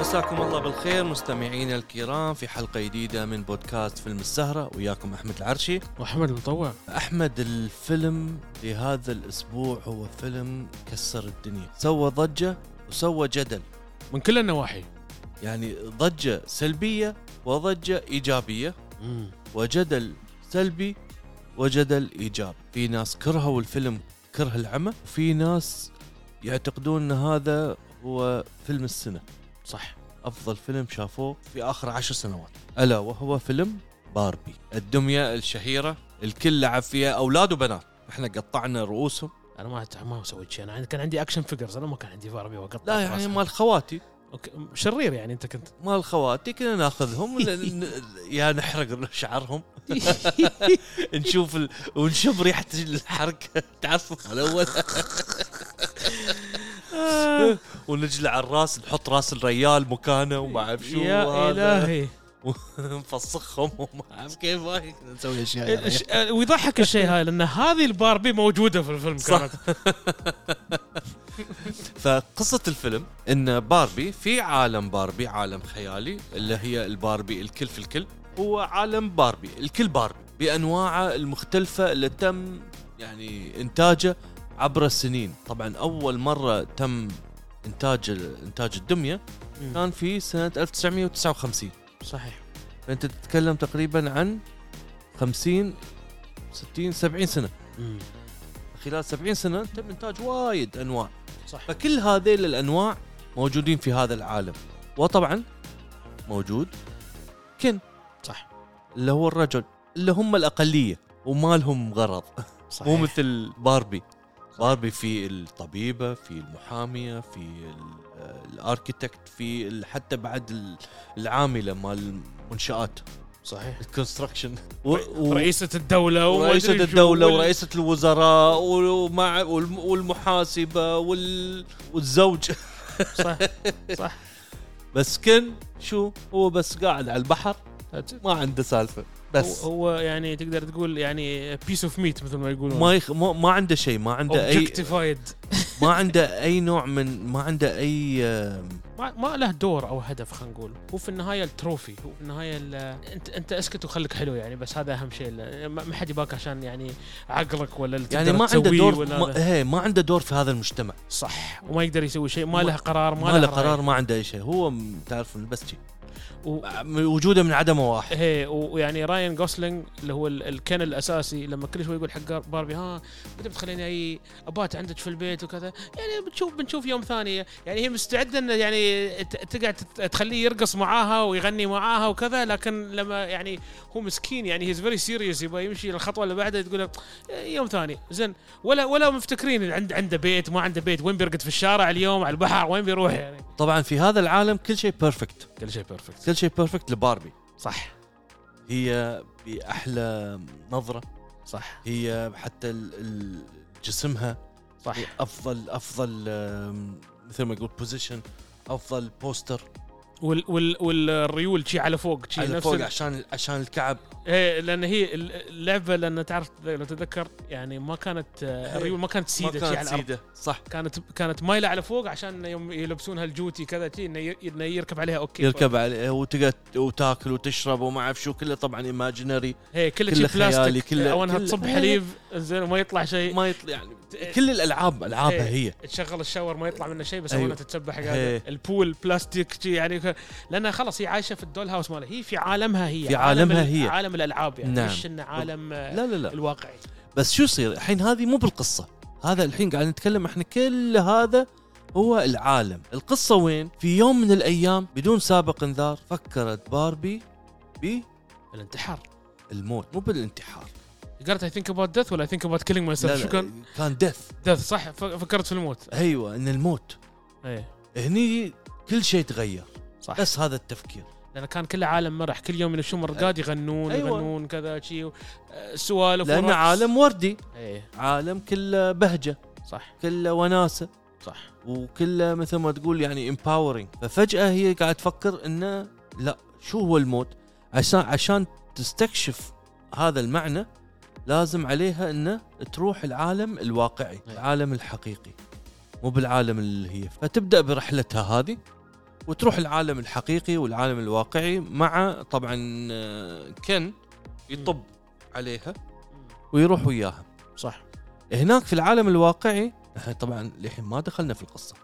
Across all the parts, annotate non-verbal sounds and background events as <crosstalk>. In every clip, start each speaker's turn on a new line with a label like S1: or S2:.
S1: مساكم الله بالخير مستمعينا الكرام في حلقه جديده من بودكاست فيلم السهره وياكم احمد العرشي
S2: واحمد مطوع
S1: احمد الفيلم لهذا الاسبوع هو فيلم كسر الدنيا سوى ضجه وسوى جدل
S2: من كل النواحي
S1: يعني ضجه سلبيه وضجه ايجابيه وجدل سلبي وجدل ايجابي في ناس كرهوا الفيلم كره العمى وفي ناس يعتقدون ان هذا هو فيلم السنه
S2: صح
S1: افضل فيلم شافوه في اخر عشر سنوات الا وهو فيلم باربي الدميه الشهيره الكل لعب فيها اولاد وبنات احنا قطعنا رؤوسهم
S2: انا ما أتع- ما سويت شيء انا كان عندي اكشن فيجرز انا ما كان عندي باربي وقطع
S1: لا يعني مال خواتي
S2: أوكي. شرير يعني انت كنت
S1: مال خواتي كنا ناخذهم <laughs> ن- ن- يا نحرق <laughs> شعرهم نشوف ال... ونشم ريحه الحركه تعرف الخلوه آه.
S2: <laughs>
S1: ونجلع الراس نحط راس الريال مكانه وما اعرف شو
S2: يا
S1: وهذا.
S2: الهي
S1: <laughs> نفسخهم وما اعرف كيف هاي. نسوي اشياء يعني.
S2: الش- آه، ويضحك الشيء هاي لان هذه الباربي موجوده في الفيلم
S1: صح.
S2: كانت
S1: فقصة الفيلم ان باربي في عالم باربي عالم خيالي اللي هي الباربي الكل في الكل هو عالم باربي الكل باربي بانواعه المختلفة اللي تم يعني انتاجه عبر السنين طبعا اول مرة تم انتاج انتاج الدمية
S2: مم.
S1: كان في سنة 1959
S2: آه، صحيح
S1: فانت تتكلم تقريبا عن 50 60 70 سنة خلال 70 سنة تم انتاج وايد انواع
S2: صح
S1: فكل هذيل الانواع موجودين في هذا العالم وطبعا موجود كن
S2: صح
S1: اللي هو الرجل اللي هم الاقليه وما لهم غرض مو
S2: صحيح
S1: مثل باربي باربي في الطبيبه في المحاميه في ال- آه، الاركيتكت في ال- حتى بعد ال- العامله مال المنشات
S2: صحيح
S1: الكونستراكشن و-
S2: <laughs>
S1: و-
S2: رئيسة الدولة وما
S1: ورئيسة
S2: أدري شو
S1: الدولة
S2: وال-
S1: ورئيسة الوزراء ومع والم- والمحاسبة وال- والزوج
S2: صح صح
S1: بس كن شو هو بس قاعد على البحر ما عنده سالفه بس
S2: هو- هو يعني تقدر تقول يعني بيس اوف ميت مثل ما يقولون
S1: ما يخ... ما, ما عنده شيء ما عنده اي
S2: اوبجكتيفايد
S1: ما عنده اي نوع من ما عنده اي آم،
S2: ما, ما له دور او هدف خلينا نقول هو في النهايه التروفي هو في النهايه ال- انت انت اسكت وخليك حلو يعني بس هذا اهم شيء لا- ما ما حد يباك عشان يعني عقلك ولا اللي
S1: يعني
S2: تقدر
S1: ما عنده
S2: تسويه
S1: دور
S2: ولا
S1: ما...
S2: هذا.
S1: هي ما عنده دور في هذا المجتمع
S2: صح وما يقدر يسوي شيء ما له قرار ما,
S1: ما له
S2: رأي.
S1: قرار ما عنده اي شيء هو م- تعرف إنه بس شيء
S2: و...
S1: وجوده من عدمه واحد
S2: هي و- ويعني راين جوسلينج اللي هو ال- الكن الاساسي لما كل شوي يقول حق باربي ها متى بتخليني اي ابات عندك في البيت وكذا يعني بنشوف بنشوف يوم ثاني يعني هي مستعده انه يعني ت- تقعد تت- تخليه يرقص معاها ويغني معاها وكذا لكن لما يعني هو مسكين يعني هيز فيري سيريس يبغى يمشي للخطوه اللي بعدها تقول له "إيه، يوم ثاني زين ولا ولا مفتكرين إن عند عنده بيت ما عنده بيت وين بيرقد في الشارع اليوم على البحر وين بيروح يعني
S1: طبعا في هذا العالم كل شيء بيرفكت
S2: كل شيء بيرفكت
S1: كل شيء بيرفكت لباربي
S2: صح
S1: هي باحلى نظره
S2: صح
S1: هي حتى ال... ال... جسمها
S2: صح
S1: افضل افضل آم، مثل ما يقول بوزيشن افضل بوستر
S2: وال وال والريول شي على فوق شي
S1: على
S2: نفس
S1: فوق
S2: ال-
S1: عشان عشان الكعب
S2: ايه لان هي اللعبه لان تعرف لو تتذكر يعني ما كانت آه، الريول ما كانت
S1: إيه، ما
S2: سيده شي على
S1: كانت
S2: الارض
S1: سيده صح
S2: كانت كانت مايله على فوق عشان يوم يلبسونها الجوتي كذا شي انه ي- إنه يركب عليها اوكي
S1: يركب عليه وتقعد وتاكل وتشرب وما اعرف شو كله طبعا ايماجينري
S2: ايه كله
S1: كله
S2: شي
S1: خيالي،
S2: بلاستيك
S1: كله-
S2: كله او انها
S1: كله-
S2: تصب
S1: إيه.
S2: حليب زين وما يطلع شيء
S1: ما يطلع يعني
S2: إيه.
S1: كل الالعاب العابها هي
S2: تشغل الشاور ما يطلع منه شيء بس
S1: أيوة.
S2: أيوة. تتسبح قاعدة.
S1: إيه.
S2: البول بلاستيك شي يعني ك- لانها خلاص هي عايشه في الدول هاوس مالها هي في عالمها هي
S1: في
S2: عالم
S1: عالمها
S2: ال-
S1: هي.
S2: عالم الالعاب يعني
S1: نعم.
S2: نعم. مش انه عالم آه،
S1: لا لا لا
S2: الواقعي
S1: بس شو يصير الحين هذه مو بالقصه هذا الحين قاعد نتكلم احنا كل هذا هو العالم القصة وين؟ في يوم من الأيام بدون سابق انذار فكرت باربي
S2: الانتحار
S1: بالموت مو بالانتحار
S2: قالت اي ثينك اباوت ديث ولا اي ثينك اباوت كيلينج ماي
S1: لا
S2: سيلف شو كان؟
S1: لا كان ديث
S2: ديث صح ف- فكرت في الموت
S1: ايوه ان الموت
S2: ايه
S1: هني كل شيء تغير
S2: صح بس
S1: بس هذا التفكير
S2: لان كان كل عالم مرح كل يوم يمشون مرقاد يغنون
S1: أيوة.
S2: أيوة. يغنون كذا شيء آه، سوالف
S1: لان
S2: ورقص.
S1: عالم وردي
S2: ايه
S1: عالم كله بهجه
S2: صح
S1: كله وناسه
S2: صح
S1: وكله مثل ما تقول يعني امباورينج ففجاه هي قاعد تفكر انه لا شو هو الموت عشان عشان تستكشف هذا المعنى لازم عليها انه تروح العالم الواقعي
S2: أي.
S1: العالم الحقيقي مو بالعالم اللي هي فتبدا برحلتها هذه وتروح العالم الحقيقي والعالم الواقعي مع طبعا آه، كن يطب عليها ويروح وياها
S2: صح
S1: هناك في العالم الواقعي احنا طبعا للحين ما دخلنا في القصه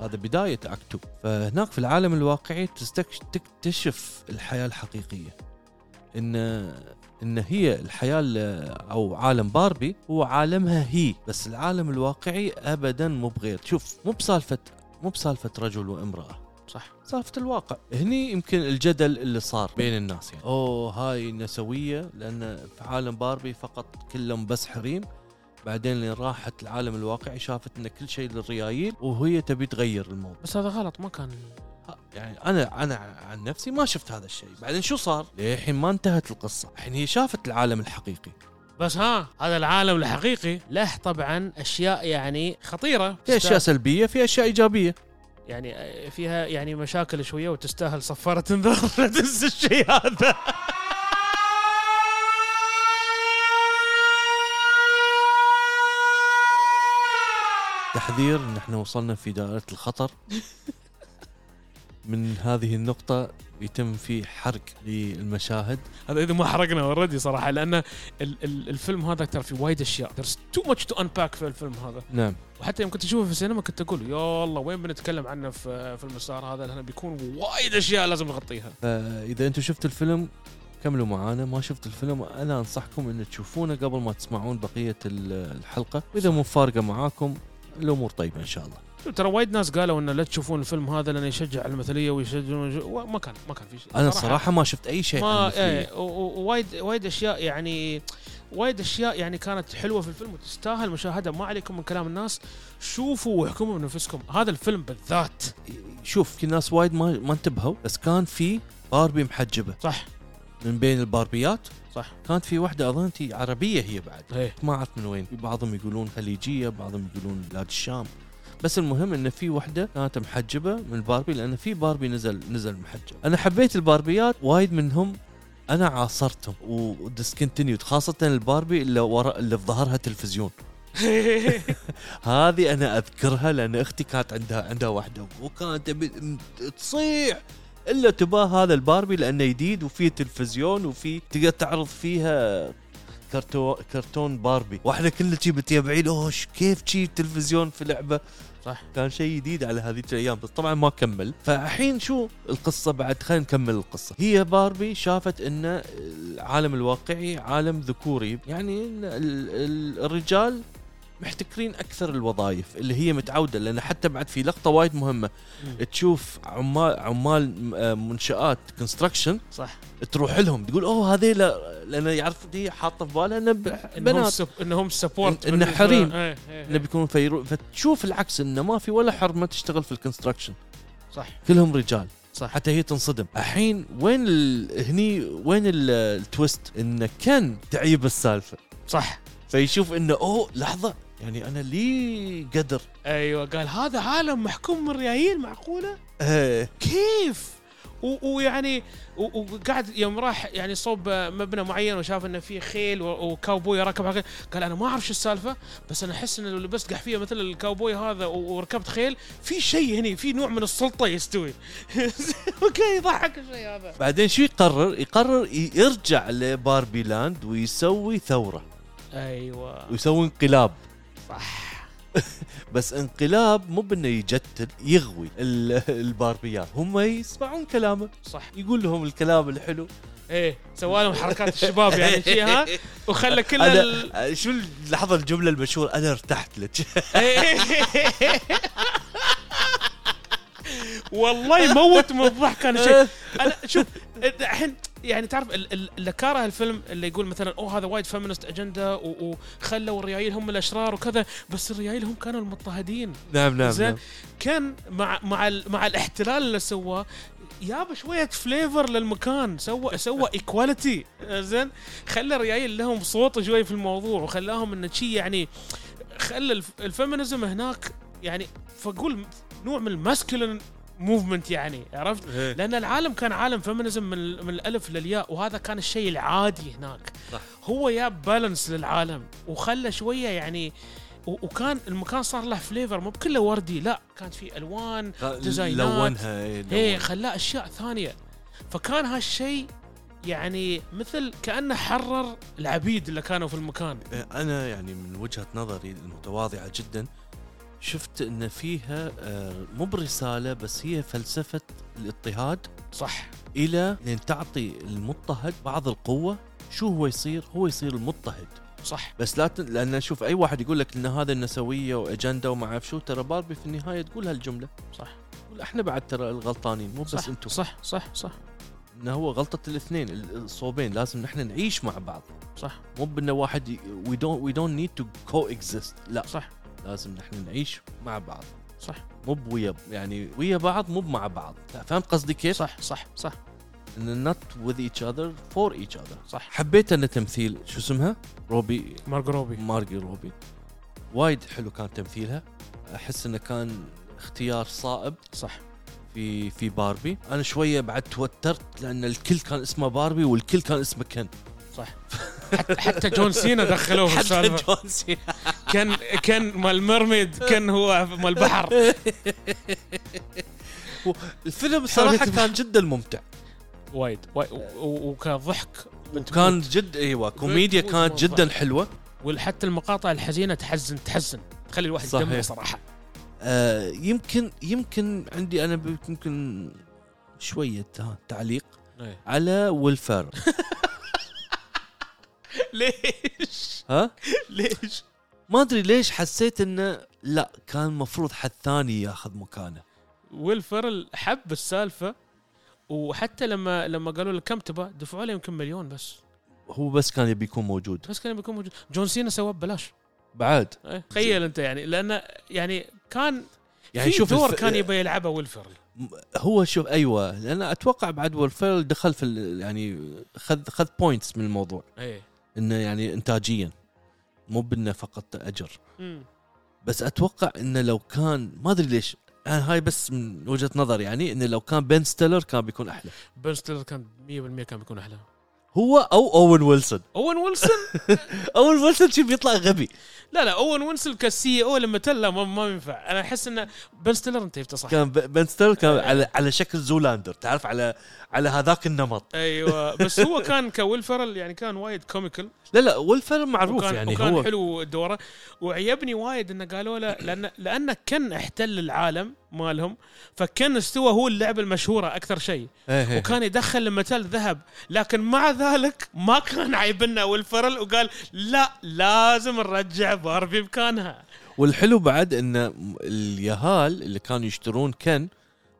S1: هذا بدايه اكتو فهناك في العالم الواقعي تستكش تكتشف الحياه الحقيقيه ان ان هي الحياه ال- او عالم باربي هو عالمها هي بس العالم الواقعي ابدا مو بغير شوف مو بسالفه مو بسالفه رجل وامراه
S2: صح
S1: سالفه الواقع هني يمكن الجدل اللي صار بين الناس يعني اوه هاي النسويه لان في عالم باربي فقط كلهم بس حريم بعدين لين راحت العالم الواقعي شافت ان كل شيء للريايل وهي تبي تغير الموضوع
S2: بس هذا غلط ما كان
S1: ها، يعني انا انا عن نفسي ما شفت هذا الشيء بعدين شو صار للحين ما انتهت القصه الحين هي شافت العالم الحقيقي
S2: بس ها هذا العالم الحقيقي له طبعا اشياء يعني خطيره
S1: في اشياء سلبيه في اشياء ايجابيه
S2: يعني فيها يعني مشاكل شويه وتستاهل صفاره تنذر لا <laughs> تنسى الشيء هذا
S1: تحذير ان احنا وصلنا في دائره الخطر من هذه النقطه يتم في حرق للمشاهد
S2: هذا اذا ما حرقنا اوريدي صراحه لان ال- ال- الفيلم هذا ترى فيه وايد اشياء there's too much to unpack في الفيلم هذا
S1: نعم
S2: وحتى يوم كنت اشوفه في السينما كنت اقول يا الله وين بنتكلم عنه في في المسار هذا لانه بيكون وايد اشياء لازم نغطيها
S1: فاذا انتم شفتوا الفيلم كملوا معانا ما شفت الفيلم انا انصحكم ان تشوفونه قبل ما تسمعون بقيه ال- الحلقه واذا مو فارقه معاكم الامور طيبه ان شاء الله
S2: ترى وايد ناس قالوا انه لا تشوفون الفيلم هذا لانه يشجع على المثليه ويشجع ما كان ما كان في شيء
S1: انا صراحه ما شفت اي شيء عن
S2: ما
S1: الفيلم.
S2: ايه و- و- ووايد وايد اشياء يعني وايد اشياء يعني كانت حلوه في الفيلم وتستاهل مشاهده ما عليكم من كلام الناس شوفوا واحكموا بنفسكم هذا الفيلم بالذات
S1: شوف في ناس وايد ما ما انتبهوا بس كان في باربي محجبه
S2: صح
S1: من بين الباربيات
S2: صح
S1: كانت في واحده اظن هي عربيه هي بعد
S2: ايه
S1: ما اعرف من وين بعضهم يقولون خليجيه بعضهم يقولون بلاد الشام بس المهم ان في وحده كانت محجبه من الباربي لان في باربي نزل نزل محجب انا حبيت الباربيات وايد منهم انا عاصرتهم وديسكنتينيود خاصه الباربي اللي ورا اللي في ظهرها تلفزيون هذه انا اذكرها لان اختي كانت عندها عندها واحده وكانت تبي م- تصيح الا تباه هذا الباربي لانه جديد وفيه تلفزيون وفي تقدر تعرض فيها كرتو كرتون باربي واحنا كلنا شي متيبعين اوه ش- كيف شي تلفزيون في لعبه
S2: صح
S1: كان شيء جديد على هذيك الايام بس طبعا ما كمل فالحين شو القصه بعد خلينا نكمل القصه هي باربي شافت ان العالم الواقعي عالم ذكوري يعني إن ال- ال- الرجال محتكرين اكثر الوظائف اللي هي متعوده لان حتى بعد في لقطه وايد مهمه
S2: مم.
S1: تشوف عمال عمال م- آه، منشات كونستراكشن
S2: <laughs> صح
S1: تروح لهم تقول اوه هذه لان يعرف دي حاطه في بالها إنه ب-
S2: انهم
S1: بنات
S2: سب... انهم سبورت
S1: إن- إنه حريم.
S2: ايه
S1: انه
S2: ايه
S1: بيكونوا فيرو فتشوف العكس انه ما في ولا حرمه تشتغل في الكونستراكشن
S2: صح
S1: كلهم رجال
S2: صح
S1: حتى هي تنصدم الحين وين ال... هني وين ال... التويست انه كان تعيب السالفه
S2: صح
S1: فيشوف انه اوه لحظه يعني انا لي قدر
S2: ايوه قال هذا عالم محكوم من الريايل معقوله
S1: ايه
S2: كيف و- ويعني و- وقعد يوم راح يعني صوب مبنى معين وشاف انه فيه خيل و- وكاوبوي راكب على خيل قال انا ما اعرف شو السالفه بس انا احس انه لو لبست قحفيه مثل الكاوبوي هذا و- وركبت خيل في شيء هني في نوع من السلطه يستوي وكان يضحك الشيء هذا
S1: بعدين شو يقرر يقرر ي- يرجع لباربي لاند ويسوي ثوره
S2: ايوه
S1: ويسوي انقلاب
S2: صح
S1: بس انقلاب مو بانه يجتل يغوي ال- الباربيات هم يسمعون كلامه
S2: صح
S1: يقول لهم الكلام الحلو
S2: ايه سوالهم حركات الشباب يعني شي ها وخلى كل ال...
S1: انا شو اللحظه الجمله المشهوره انا ارتحت لك <laughs>
S2: <laughs> والله موت من الضحك
S1: نعم،
S2: انا شيء انا شوف الحين يعني تعرف ال- ال- اللي كاره الفيلم اللي يقول مثلا اوه هذا وايد فيمنست اجنده و- وخلوا الريايل هم الاشرار وكذا بس الريايل هم كانوا المضطهدين
S1: نعم نعم
S2: زين
S1: نعم.
S2: كان مع مع ال- مع الاحتلال اللي سواه جاب شويه فليفر للمكان سوى سوى ايكواليتي زين خلى الريايل لهم صوت شوي في الموضوع وخلاهم انه شي يعني خلى الف- الفيمينزم هناك يعني فاقول نوع من الماسكلين موفمنت يعني عرفت
S1: إيه.
S2: لان العالم كان عالم فيمينزم من, من الالف للياء وهذا كان الشيء العادي هناك
S1: صح.
S2: هو جاب بالانس للعالم وخلى شويه يعني و- وكان المكان صار له فليفر مو بكله وردي لا كانت في الوان ديزاينات.
S1: لونها إيه،
S2: ايه
S1: لون.
S2: خلاه اشياء ثانيه فكان هالشيء يعني مثل كانه حرر العبيد اللي كانوا في المكان
S1: انا يعني من وجهه نظري المتواضعه جدا شفت ان فيها آه، مو برساله بس هي فلسفه الاضطهاد
S2: صح
S1: الى ان تعطي المضطهد بعض القوه شو هو يصير؟ هو يصير المضطهد
S2: صح
S1: بس لا ت... لان شوف اي واحد يقول لك ان هذا النسويه واجنده وما اعرف شو ترى باربي في النهايه تقول هالجمله
S2: صح
S1: تقول احنا بعد ترى الغلطانين مو بس
S2: صح
S1: انتم
S2: صح صح صح
S1: انه هو غلطه الاثنين الصوبين لازم نحن نعيش مع بعض
S2: صح
S1: مو بانه واحد وي دونت وي دونت نيد تو كو اكزيست لا
S2: صح
S1: لازم نحن نعيش مع بعض
S2: صح
S1: مو بويا يعني ويا بعض مو مع بعض فهمت قصدي كيف؟
S2: صح صح صح
S1: إن not with each other for each other
S2: صح
S1: حبيت انا تمثيل شو اسمها؟ روبي
S2: مارجروبي
S1: مارجي روبي وايد حلو كان تمثيلها احس انه كان اختيار صائب
S2: صح
S1: في في باربي انا شويه بعد توترت لان الكل كان اسمه باربي والكل كان اسمه كن
S2: صح حتى- حتى جون سينا دخلوه في السالفه
S1: جون سينا
S2: كان كان مال الميرميد كان هو مال البحر
S1: الفيلم صراحه كان جدا ممتع
S2: وايد وايد و- و- وكان ضحك
S1: كان جد ايوه كوميديا
S2: بتموت
S1: كانت
S2: موضوع.
S1: جدا حلوه
S2: وحتى المقاطع الحزينه تحزن تحزن تخلي الواحد
S1: صحيح.
S2: يدمع صراحه
S1: آه يمكن يمكن عندي انا ب- يمكن شويه ها، تعليق
S2: إيه.
S1: على
S2: <laughs>
S1: ويلفر
S2: ليش <laughs>
S1: ها
S2: ليش
S1: ما ادري ليش حسيت انه لا كان المفروض حد ثاني ياخذ مكانه
S2: ويل فيرل حب السالفه وحتى لما لما قالوا له كم تبى دفعوا له يمكن مليون بس
S1: هو بس كان يبي يكون موجود
S2: بس كان بيكون موجود جون سينا سواه ببلاش
S1: بعد
S2: إيه. تخيل انت يعني لانه يعني كان
S1: يعني
S2: يعني
S1: شوف
S2: شوف دور
S1: الف-
S2: كان يبي يلعبه ويل فيرل
S1: هو شوف ايوه لان اتوقع بعد ويلفيل دخل في ال- يعني خذ خذ بوينتس من الموضوع
S2: ايه
S1: انه يعني انتاجيا مو بانه فقط اجر
S2: أمم.
S1: بس اتوقع انه لو كان ما ادري ليش انا هاي بس من وجهه نظر يعني انه لو كان بن ستيلر كان بيكون احلى
S2: بن ستيلر كان 100% كان بيكون احلى
S1: هو او اوين ويلسون
S2: اوين ويلسون
S1: اوين ويلسون شي بيطلع غبي
S2: لا لا اوين ويلسون كسي او لما تلا ما, ما ينفع انا احس انه بن ستيلر انت جبته صح
S1: كان ب- بن ستيلر كان على على شكل زولاندر تعرف على على هذاك النمط
S2: ايوه بس هو كان كويل فيرل يعني كان وايد كوميكال
S1: لا لا ويلفيل معروف
S2: وكان
S1: يعني
S2: وكان
S1: هو
S2: حلو دوره وعجبني وايد انه قالوا له لان لان كن احتل العالم مالهم فكن استوى هو اللعبه المشهوره اكثر شيء
S1: إيه إيه.
S2: وكان يدخل المثل ذهب لكن مع ذلك ما كان عيبنا والفرل وقال لا لازم نرجع باربي مكانها
S1: والحلو بعد ان اليهال اللي كانوا يشترون كن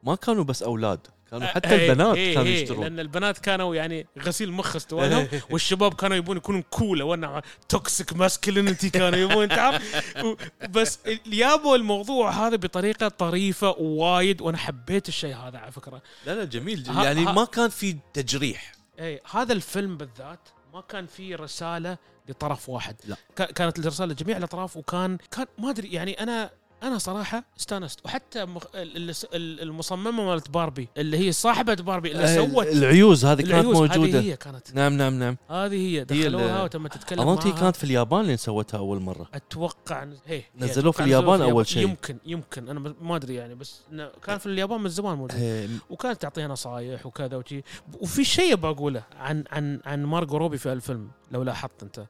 S1: ما كانوا بس اولاد كانوا حتى
S2: إيه،
S1: البنات
S2: إيه،
S1: كانوا
S2: إيه،
S1: يشترون إيه.
S2: لان البنات كانوا يعني غسيل مخ استوى لهم والشباب كانوا يبون يكونون كول وانا توكسيك ماسكلينيتي كانوا يبون تعرف و- بس يابوا الموضوع هذا بطريقه طريفه وايد وانا حبيت الشيء هذا على فكره
S1: لا لا جميل
S2: ها-
S1: يعني
S2: ها-
S1: ما كان في تجريح
S2: اي إيه، هذا الفيلم بالذات ما كان فيه رساله لطرف واحد
S1: لا.
S2: كا- كانت الرساله لجميع الاطراف وكان كان ما ادري يعني انا انا صراحه استانست وحتى مخ... ال- ال- ال- المصممه مالت باربي اللي هي صاحبه باربي اللي
S1: آه،
S2: سوت
S1: العيوز هذه كانت
S2: العيوز،
S1: موجوده
S2: هذه هي كانت
S1: نعم نعم نعم
S2: هذه هي
S1: اللي-
S2: دخلوها وتم تتكلم
S1: اظن هي
S2: معها.
S1: كانت في اليابان لين سوتها اول مره
S2: اتوقع إن- هي هي
S1: نزلوه في
S2: أتوقع
S1: اليابان
S2: نزلوه في
S1: أول شيء.
S2: يمكن يمكن انا ما- ما ادري يعني بس إنه كان في اليابان من زمان موجود وكانت تعطيها نصايح وكذا وشي وفي شيء بقوله عن عن عن مارجو روبي في الفيلم لو لاحظت انت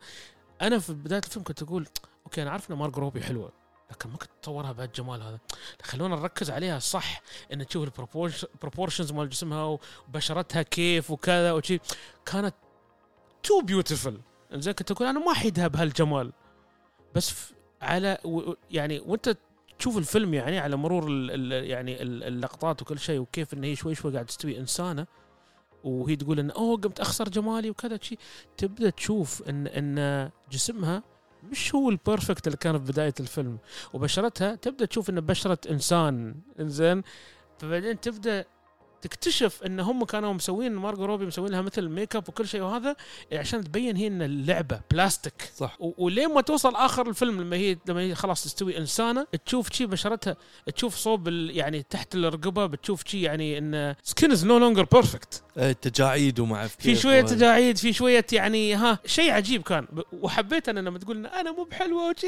S2: انا في بدايه الفيلم كنت اقول اوكي انا عارف ان مارجو روبي حلوه لكن ما كنت اتصورها بهالجمال هذا خلونا نركز عليها صح ان تشوف البروبورشنز مال جسمها وبشرتها كيف وكذا وشي كانت تو بيوتيفل زين كنت اقول انا ما احيدها بهالجمال بس ف- على و و- يعني وانت تشوف الفيلم يعني على مرور ال ال يعني ال- اللقطات وكل شيء وكيف ان هي شوي شوي قاعد تستوي انسانه وهي تقول ان اوه قمت اخسر جمالي وكذا شيء تبدا تشوف ان ان جسمها مش هو البرفكت اللي كان في بدايه الفيلم وبشرتها تبدا تشوف ان بشره انسان انزين فبعدين تبدا تكتشف ان هم كانوا مسوين مارجو روبي مسوين لها مثل ميك اب وكل شيء وهذا عشان تبين هي ان اللعبه بلاستيك
S3: صح
S2: و- ولين ما توصل اخر الفيلم لما هي لما هي خلاص تستوي انسانه تشوف شي بشرتها تشوف صوب ال- يعني تحت الرقبه بتشوف شي يعني ان سكين از نو لونجر بيرفكت
S1: إيه، تجاعيد وما اعرف
S2: في
S1: كيف
S2: شويه
S1: و-
S2: تجاعيد في شويه يعني ها شيء عجيب كان ب- وحبيت انا لما تقول إن انا مو بحلوه وشي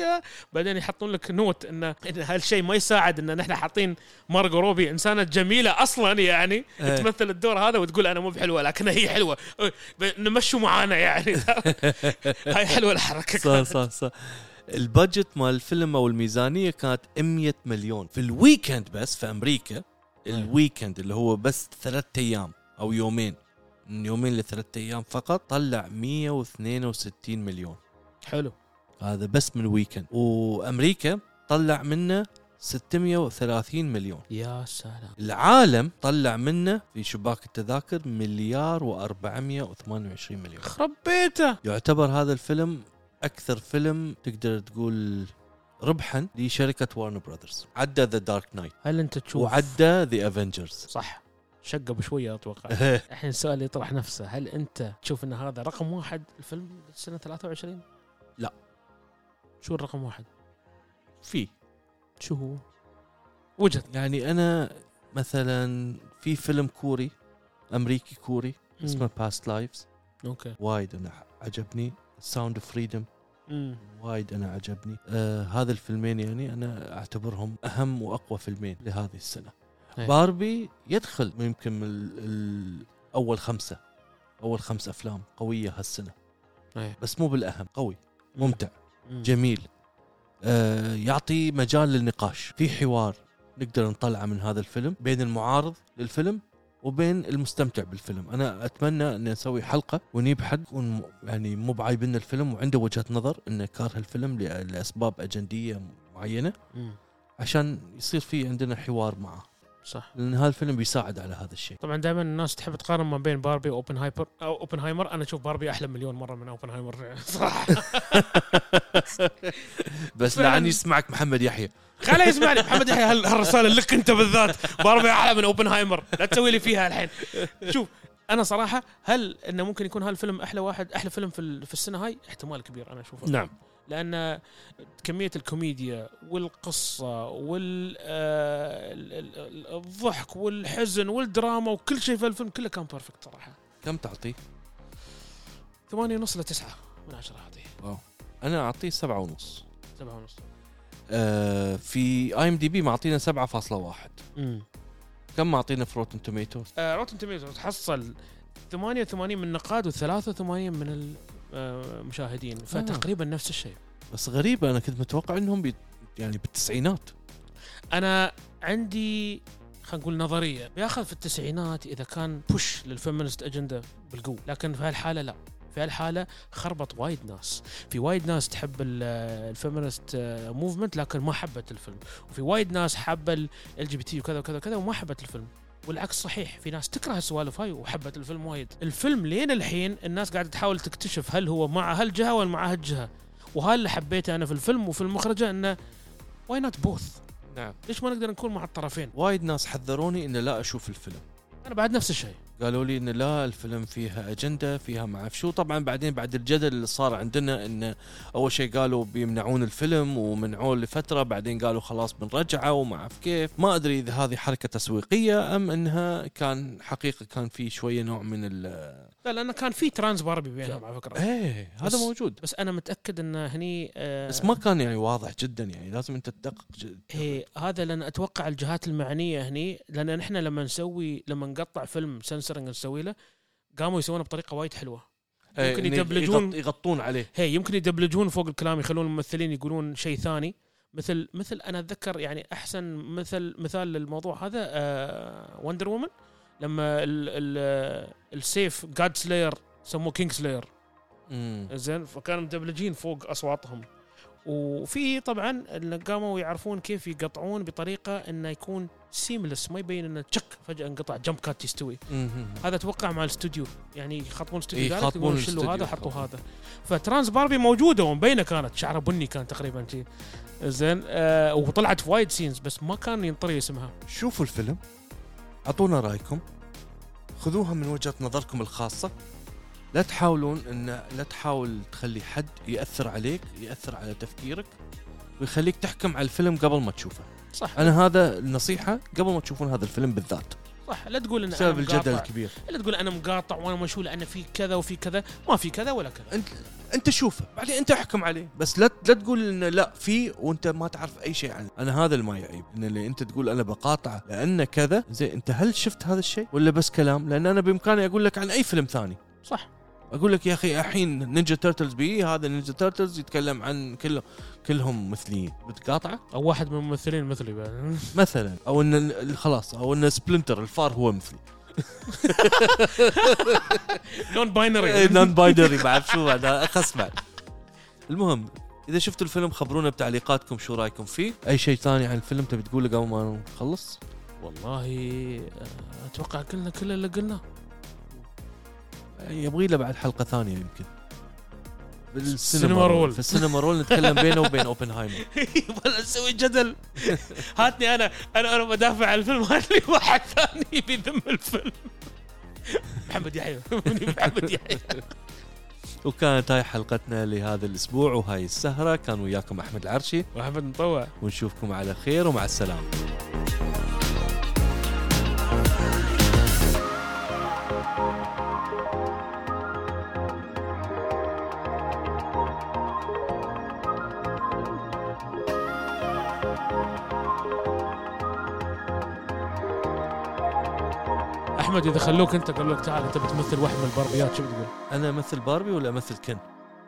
S2: بعدين يحطون لك نوت ان إن هالشيء ما يساعد ان نحن حاطين مارجو روبي انسانه جميله اصلا يعني
S1: إيه.
S2: تمثل الدور هذا وتقول انا مو بحلوه لكن هي حلوه أه، ب- نمشوا معانا
S1: <laughs>
S2: يعني هاي حلوه الحركه
S1: صح صح صح البادجت مال الفيلم او الميزانيه كانت 100 مليون في الويكند بس في امريكا الويكند اللي هو بس ثلاثة ايام او يومين من يومين لثلاثة ايام فقط طلع 162 مليون
S2: حلو
S1: هذا بس من ويكند وامريكا طلع منه 630 مليون
S2: يا سلام
S1: العالم طلع منه في شباك التذاكر مليار و428 مليون
S2: خرب بيته
S1: يعتبر هذا الفيلم اكثر فيلم تقدر تقول ربحا لشركه وارن براذرز عدى ذا دارك نايت
S2: هل انت تشوف
S1: وعدى ذا
S2: <laughs>
S1: افنجرز
S2: صح شقه بشويه اتوقع <laughs> الحين السؤال اللي يطرح نفسه هل انت تشوف ان هذا رقم واحد الفيلم سنه 23
S1: لا.
S2: شو الرقم واحد
S1: في
S2: شو هو وجهه
S1: يعني انا مثلا في فيلم كوري امريكي كوري اسمه باست لايفز
S2: اوكي
S1: وايد انا عجبني ساوند اوف فريدم
S2: مم.
S1: وايد انا عجبني آه هذا الفيلمين يعني انا اعتبرهم اهم واقوى فيلمين لهذه السنه
S2: أي.
S1: باربي يدخل يمكن من ال- ال- اول خمسه اول خمس افلام قويه هالسنه
S2: أي.
S1: بس مو بالاهم قوي ممتع
S2: مم.
S1: جميل آه يعطي مجال للنقاش في حوار نقدر نطلعه من هذا الفيلم بين المعارض للفيلم وبين المستمتع بالفيلم انا اتمنى ان نسوي حلقه ونجيب حد يكون م- يعني مو بعايبين الفيلم وعنده وجهه نظر انه كاره الفيلم لأ- لاسباب اجنديه معينه
S2: مم.
S1: عشان يصير في عندنا حوار معه
S2: صح
S1: لان هذا الفيلم بيساعد على هذا الشيء
S2: طبعا دائما الناس تحب تقارن ما بين باربي واوبنهايبر او اوبنهايمر انا اشوف باربي احلى مليون مره من اوبنهايمر <laughs> صراحه
S1: بس
S2: فعلاً.
S1: لعن يسمعك محمد يحيى
S2: خليه يسمعني محمد يحيى هال- هالرساله لك انت بالذات باربي اعلى من اوبنهايمر لا تسوي لي فيها الحين شوف انا صراحه هل انه ممكن يكون هالفيلم احلى واحد احلى فيلم في, ال- في السنه هاي احتمال كبير انا اشوفه
S1: نعم.
S2: لان كميه الكوميديا والقصه وال آه، ال- ال- الضحك والحزن والدراما وكل شيء في الفيلم كله كان بيرفكت صراحه
S1: كم تعطيه؟
S2: ثمانية ونص لتسعة من عشرة أعطيه
S1: انا اعطيه سبعة ونص
S2: سبعة ونص
S1: آه في اي ام دي بي معطينا 7.1
S2: امم
S1: كم معطينا في روتن توميتوز؟
S2: روتن توميتو آه، تحصل 88 من النقاد و83 من ال- آه، المشاهدين فتقريبا نفس الشيء
S1: بس غريبه انا كنت متوقع انهم بي يعني بالتسعينات
S2: انا عندي خلينا نقول نظريه بياخذ في التسعينات اذا كان بوش للفيمينست اجنده بالقوه لكن في هالحاله لا في هالحاله خربط وايد ناس في وايد ناس تحب الفيمينست موفمنت لكن ما حبت الفيلم وفي وايد ناس حابه ال جي بي تي وكذا وكذا وكذا وما حبت الفيلم والعكس صحيح في ناس تكره السوالف هاي وحبت الفيلم وايد الفيلم لين الحين الناس قاعده تحاول تكتشف هل هو مع هالجهه ولا مع هالجهه وهذا اللي حبيته انا في الفيلم وفي المخرجه انه واي نوت بوث
S1: نعم
S2: ليش ما نقدر نكون مع الطرفين؟
S1: وايد ناس حذروني ان لا اشوف الفيلم
S2: انا بعد نفس الشيء
S1: قالوا لي ان لا الفيلم فيها اجنده فيها ما اعرف شو طبعا بعدين بعد الجدل اللي صار عندنا ان اول شيء قالوا بيمنعون الفيلم ومنعوه لفتره بعدين قالوا خلاص بنرجعه وما اعرف كيف ما ادري اذا هذه حركه تسويقيه ام انها كان حقيقه كان في شويه نوع من ال
S2: لا لانه كان في ترانس باربي بينهم على فكره
S1: ايه هذا
S2: بس-
S1: موجود
S2: بس انا متاكد ان هني آه
S1: بس ما كان يعني واضح جدا يعني لازم انت تدقق جد.
S2: إيه هذا لان اتوقع الجهات المعنيه هني لان نحن لما نسوي لما نقطع فيلم سنسرنج نسوي له قاموا يسوونه بطريقه وايد حلوه
S1: إيه،
S2: ممكن
S1: إن يغط-
S2: يدبلجون-
S1: يغطون عليه
S2: هي يمكن يدبلجون فوق الكلام يخلون الممثلين يقولون شيء ثاني مثل مثل انا اتذكر يعني احسن مثل مثال للموضوع هذا آه وندر وومن لما ال ال آه، السيف جاد سلاير سموه كينج سلاير
S1: مم.
S2: زين فكانوا مدبلجين فوق اصواتهم وفي طبعا اللي قاموا يعرفون كيف يقطعون بطريقه انه يكون سيملس ما يبين انه تشك فجاه انقطع جمب كات يستوي
S1: مم.
S2: هذا اتوقع مع الاستوديو يعني
S1: إيه،
S2: يخاطبون استوديو ذلك
S1: يخاطبون
S2: يقولون شلوا
S1: الاستوديو،
S2: هذا حطوا
S1: يخاطبون.
S2: هذا فترانس باربي موجوده ومبينه كانت شعرها بني كان تقريبا شي زين آه وطلعت في وايد سينز بس ما كان ينطري اسمها
S1: شوفوا الفيلم اعطونا رايكم خذوها من وجهه نظركم الخاصه لا تحاولون ان لا تحاول تخلي حد ياثر عليك ياثر على تفكيرك ويخليك تحكم على الفيلم قبل ما تشوفه
S2: صح
S1: انا هذا النصيحه قبل ما تشوفون هذا الفيلم بالذات
S2: صح لا تقول ان أنا
S1: بسبب الجدل
S2: مقاطع.
S1: الكبير
S2: لا تقول انا مقاطع وانا مشغول انا في كذا وفي كذا ما في كذا ولا كذا
S1: انت انت شوفه بعدين انت احكم عليه بس لا لا تقول انه لا في وانت ما تعرف اي شيء عنه انا هذا اللي ما يعيب ان اللي انت تقول انا بقاطعه لانه كذا زين انت هل شفت هذا الشيء ولا بس كلام لان انا بامكاني اقول لك عن اي فيلم ثاني
S2: صح
S1: اقول لك يا اخي الحين نينجا تيرتلز بي هذا نينجا تيرتلز يتكلم عن كله كلهم مثليين بتقاطعه
S2: او واحد من الممثلين مثلي بعد
S1: مثلا او ان ال- خلاص او ان سبلنتر الفار هو مثلي
S2: نون باينري
S1: نون باينري بعد شو بعد اخس بعد المهم اذا شفتوا الفيلم خبرونا بتعليقاتكم شو رايكم فيه اي شيء ثاني عن الفيلم تبي تقوله قبل ما نخلص
S2: والله آه، اتوقع قلنا كل اللي <laughs> قلناه
S1: يبغي له بعد حلقه ثانيه يمكن
S2: سينما رول.
S1: في السينما رول نتكلم بينه وبين اوبنهايمر
S2: ولا نسوي جدل هاتني انا انا انا بدافع عن الفيلم هات لي واحد ثاني بيذم الفيلم محمد يحيى <laughs> محمد يحيى
S1: وكانت هاي حلقتنا لهذا الاسبوع وهاي السهره كان وياكم احمد العرشي
S2: محمد مطوع
S1: ونشوفكم على خير ومع السلامه
S2: احمد اذا خلوك انت قالوا لك تعال انت بتمثل واحد من الباربيات شو بتقول؟
S1: انا مثل باربي ولا مثل كن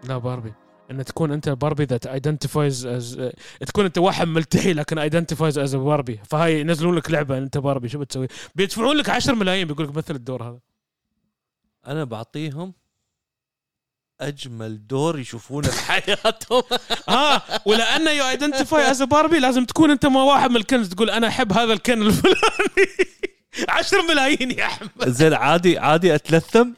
S2: لا باربي ان تكون انت باربي ذات ايدنتيفايز از تكون انت واحد ملتحي لكن ايدنتيفايز از باربي فهاي ينزلون لك لعبه انت باربي شو بتسوي؟ بيدفعون لك 10 ملايين بيقول لك مثل الدور هذا
S1: انا بعطيهم اجمل دور يشوفونه
S2: <laughs>
S1: بحياتهم
S2: اه ولانه يو ايدنتيفاي از باربي لازم تكون انت ما واحد من الكنز تقول انا احب هذا الكن الفلاني <laughs> 10 ملايين يا احمد
S1: زين عادي عادي اتلثم